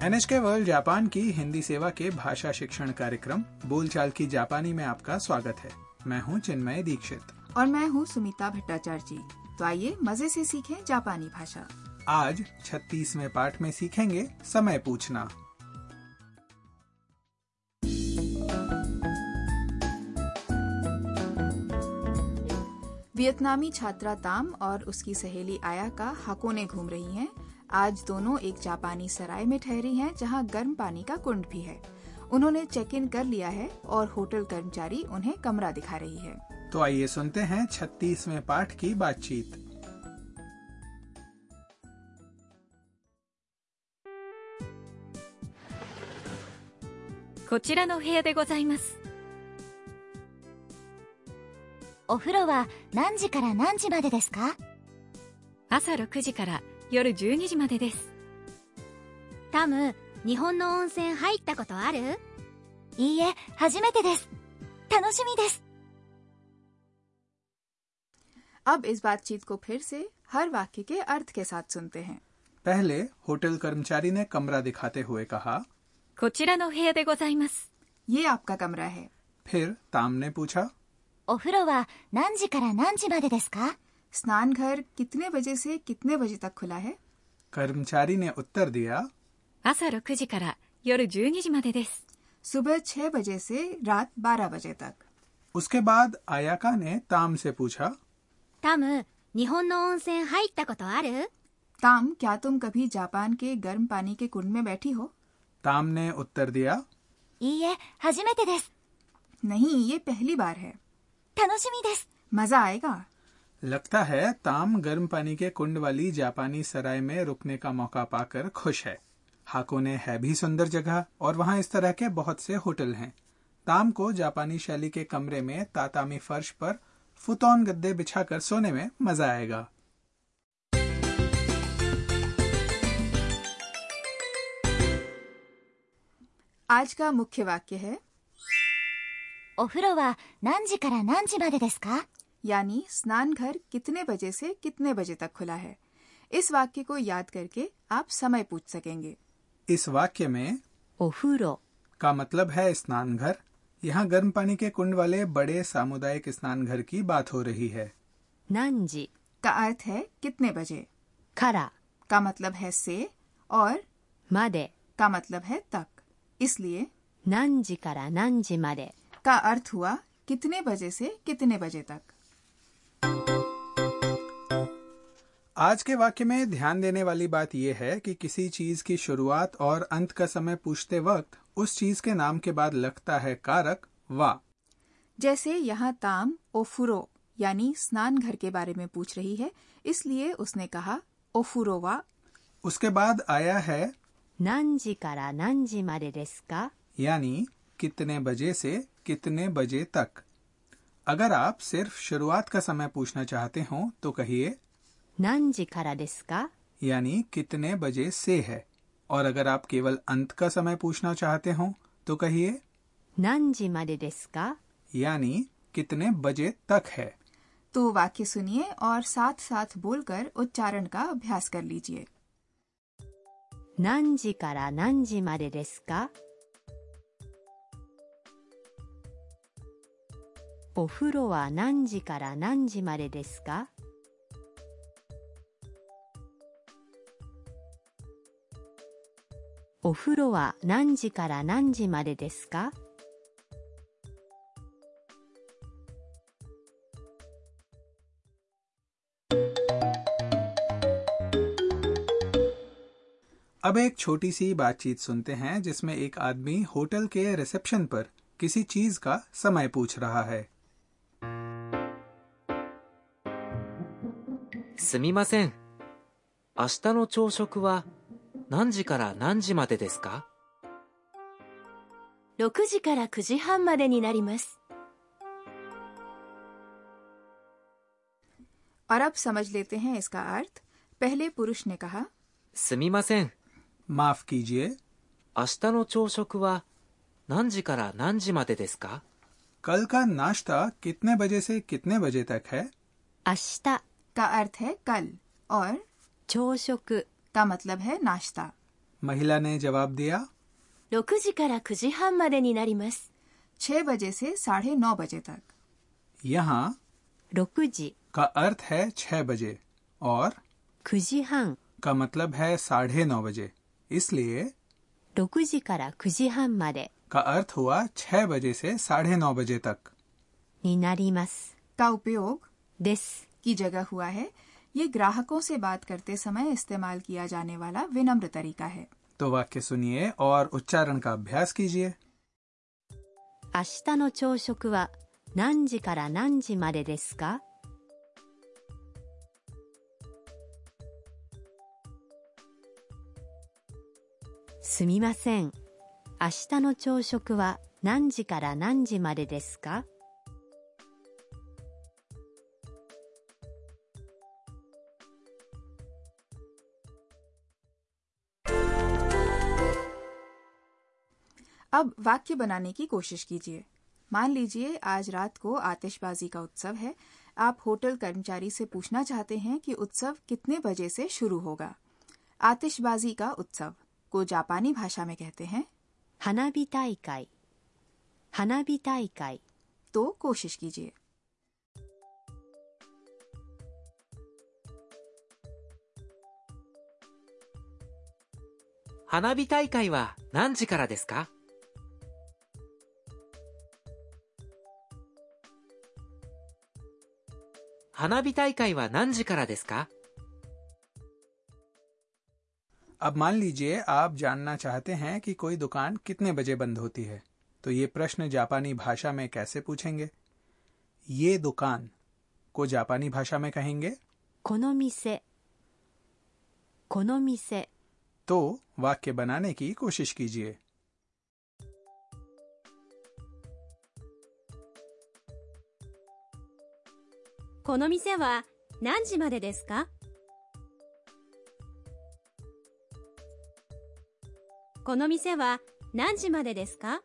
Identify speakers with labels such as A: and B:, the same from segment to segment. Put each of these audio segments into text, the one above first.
A: NHK world Japan की हिंदी सेवा के भाषा शिक्षण कार्यक्रम बोलचाल की जापानी में आपका स्वागत है मैं हूं चिन्मय दीक्षित
B: और मैं हूँ सुमिता भट्टाचार्य जी तो आइए मजे से सीखें जापानी भाषा
A: आज 36वें पाठ में सीखेंगे समय पूछना
B: वियतनामी छात्रा ताम और उसकी सहेली आया का हाकोने घूम रही हैं। आज दोनों एक जापानी सराय में ठहरी हैं जहां गर्म पानी का कुंड भी है उन्होंने चेक इन कर लिया है और होटल कर्मचारी उन्हें कमरा दिखा रही है
A: तो आइए सुनते हैं 36वें पाठ की बातचीत
C: こちらの部屋でございますお風呂は
D: 何時から何時までですか
C: 朝6時から夜12時までです
D: タム日本の温泉入ったことあるいいえ初めてです楽しみです
B: अब इस बातचीत को फिर से हर वाक्य के अर्थ के साथ सुनते हैं
A: पहले होटल कर्मचारी ने कमरा दिखाते हुए कहा
C: こちらの部屋でございます
B: ये आपका कमरा है
A: फिर ताम ने पूछा
D: お風呂は何時から何時までですか
B: स्नान घर कितने बजे से कितने बजे तक खुला है
A: कर्मचारी ने उत्तर दिया
C: 朝6時から夜12時までです
B: सुबह छह बजे से रात बारह बजे तक
A: उसके बाद आयाका ने ताम से पूछा
D: タム日本の温泉入ったことある
B: ताम क्या तुम कभी जापान के गर्म पानी के कुंड में बैठी हो
A: ताम ने उत्तर दिया
D: いいえ初めてです
B: नहीं ये पहली बार है
D: 楽しみです
B: मजा आएगा
A: लगता है ताम गर्म पानी के कुंड वाली जापानी सराय में रुकने का मौका पाकर खुश है हाकोने है भी सुंदर जगह और वहाँ इस तरह के बहुत से होटल हैं। ताम को जापानी शैली के कमरे में तातामी फर्श पर फुतौन गद्दे बिछाकर सोने में मजा आएगा
B: आज का मुख्य वाक्य है
D: お風呂は何時から何時までですか
B: यानी स्नान घर कितने बजे से कितने बजे तक खुला है इस वाक्य को याद करके आप समय पूछ सकेंगे
A: इस वाक्य में
C: お風呂
A: का मतलब है स्नान घर यहाँ गर्म पानी के कुंड वाले बड़े सामुदायिक स्नान घर की बात हो रही है
C: 何時
B: का अर्थ है कितने बजे
C: から
B: का मतलब है से और
C: まで
B: का मतलब है तक इसलिए
C: 何時から何時まで
B: का अर्थ हुआ कितने बजे से कितने बजे तक
A: आज के वाक्य में ध्यान देने वाली बात यह है कि किसी चीज की शुरुआत और अंत का समय पूछते वक्त उस चीज के नाम के बाद लगता है कारक वा
B: जैसे यहाँ ताम ओफुरो यानी स्नान घर के बारे में पूछ रही है इसलिए उसने कहा ओफुरोवा
A: उसके बाद आया है
C: 何時から何時までですか
A: यानी कितने बजे से कितने बजे तक अगर आप सिर्फ शुरुआत का समय पूछना चाहते हो तो कहिए
C: 何時からですか
A: यानी कितने बजे से है और अगर आप केवल अंत का समय पूछना चाहते हो तो कहिए
C: 何時までですか
A: यानी कितने बजे तक है
B: तो वाक्य सुनिए और साथ साथ बोलकर उच्चारण का अभ्यास कर लीजिए
C: 何時から何時までですかお風呂は何時から何時までですかお風呂は何時から何時までですか
A: अब एक छोटी सी बातचीत सुनते हैं जिसमें एक आदमी होटल के रिसेप्शन पर किसी चीज का समय पूछ रहा है
E: すみません。明日の朝食は何時から何時までですか
F: 6時から9時半までになります。
B: और अब समझ लेते हैं इसका अर्थ पहले पुरुष ने कहा
E: すみません。
A: माफ कीजिए
E: 明日の朝食は何時から何時までですか
A: कल का नाश्ता कितने बजे से कितने बजे तक है
C: 明日
B: का अर्थ है कल और
C: 朝食
B: का मतलब है नाश्ता
A: महिला ने जवाब दिया
F: 6時から9時半までになります。
B: छह बजे से साढ़े नौ बजे तक
A: यहाँ
G: 6時、
A: का अर्थ है छह बजे और
G: 9時半、
A: का मतलब है साढ़े नौ बजे इसलिए
G: 6時から9時半まで
A: का अर्थ हुआ छह बजे से साढ़े नौ बजे तक
G: になります。
B: का उपयोग
G: です。
B: की जगह हुआ है ये ग्राहकों से बात करते समय इस्तेमाल किया जाने वाला विनम्र तरीका है
A: तो वाक्य सुनिए और उच्चारण का अभ्यास कीजिए
G: 明日の朝食は何時から何時までですかすみません。明日の朝食は何時から何時までですか
B: अब वाक्य बनाने की कोशिश कीजिए मान लीजिए आज रात को आतिशबाजी का उत्सव है आप होटल कर्मचारी से पूछना चाहते हैं कि उत्सव कितने बजे से शुरू होगा आतिशबाजी का उत्सव को जापानी भाषा में कहते हैं
G: 花火大会。花火大会。
B: तो कोशिश कीजिए
E: 花火大会は何時からですか花火大会は何時からですか
A: अब मान लीजिए आप जानना चाहते हैं कि कोई दुकान कितने बजे बंद होती है तो ये प्रश्न जापानी भाषा में कैसे पूछेंगे ये दुकान को जापानी भाषा में कहेंगे
G: この店。この店。
A: तो वाक्य बनाने की कोशिश कीजिए
D: この店は何時までですかこの店は何時までですか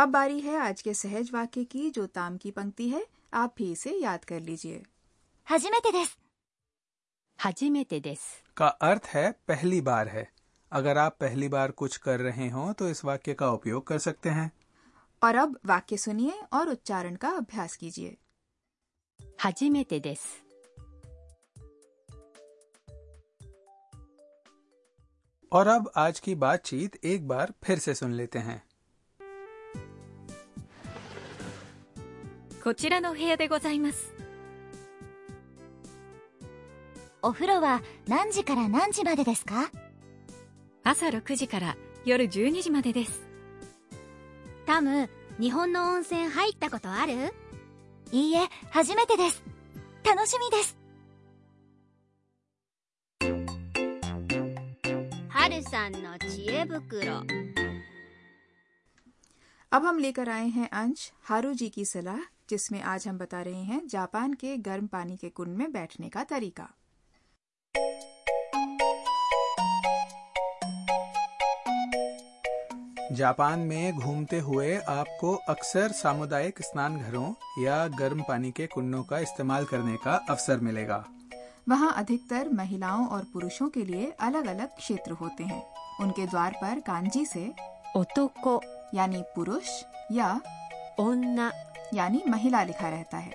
B: अब बारी है आज के सहज वाक्य की जो ताम की पंक्ति है आप भी इसे याद कर लीजिए
D: 初めてです
G: 初めてです。
A: का अर्थ है पहली बार है अगर आप पहली बार कुछ कर रहे हो तो इस वाक्य का उपयोग कर सकते हैं
B: और अब वाक्य सुनिए और उच्चारण का अभ्यास कीजिए
G: 初めてです。
A: और अब आज की बातचीत एक बार फिर से सुन लेते हैं
C: こちらの部屋でございます
D: お風呂は何時から何時までですか
C: 朝6時から夜12時までです
D: タム日本の温泉入ったことあるいいえ初めてです楽しみですはるさんの知恵袋
B: अब हम लेकर आए हैं अंश हारू जी की सलाह जिसमें आज हम बता रहे हैं जापान के गर्म पानी के कुंड में बैठने का तरीका
A: जापान में घूमते हुए आपको अक्सर सामुदायिक स्नान घरों या गर्म पानी के कुंडों का इस्तेमाल करने का अवसर मिलेगा
B: वहाँ अधिकतर महिलाओं और पुरुषों के लिए अलग अलग क्षेत्र होते हैं उनके द्वार पर कांजी से
G: 男、
B: यानी पुरुष या
G: 女。
B: यानी महिला लिखा रहता है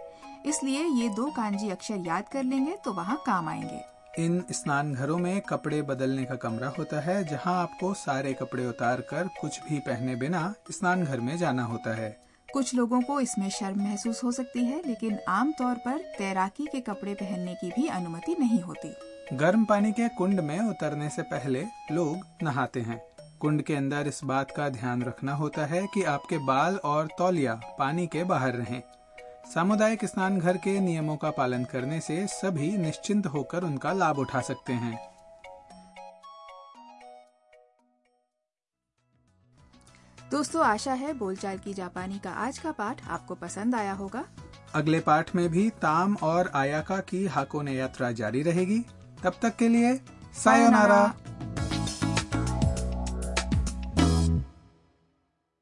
B: इसलिए ये दो कांजी अक्षर याद कर लेंगे तो वहाँ काम आएंगे
A: इन स्नान घरों में कपड़े बदलने का कमरा होता है जहां आपको सारे कपड़े उतार कर कुछ भी पहने बिना स्नान घर में जाना होता है
B: कुछ लोगों को इसमें शर्म महसूस हो सकती है लेकिन आमतौर पर तैराकी के कपड़े पहनने की भी अनुमति नहीं होती
A: गर्म पानी के कुंड में उतरने से पहले लोग नहाते हैं कुंड के अंदर इस बात का ध्यान रखना होता है कि आपके बाल और तौलिया पानी के बाहर रहें सामुदायिक स्नान घर के नियमों का पालन करने से सभी निश्चिंत होकर उनका लाभ उठा सकते हैं
B: दोस्तों आशा है बोलचाल की जापानी का आज का पाठ आपको पसंद आया होगा
A: अगले पाठ में भी ताम और आयाका की हाकोने यात्रा जारी रहेगी तब तक के लिए सायोनारा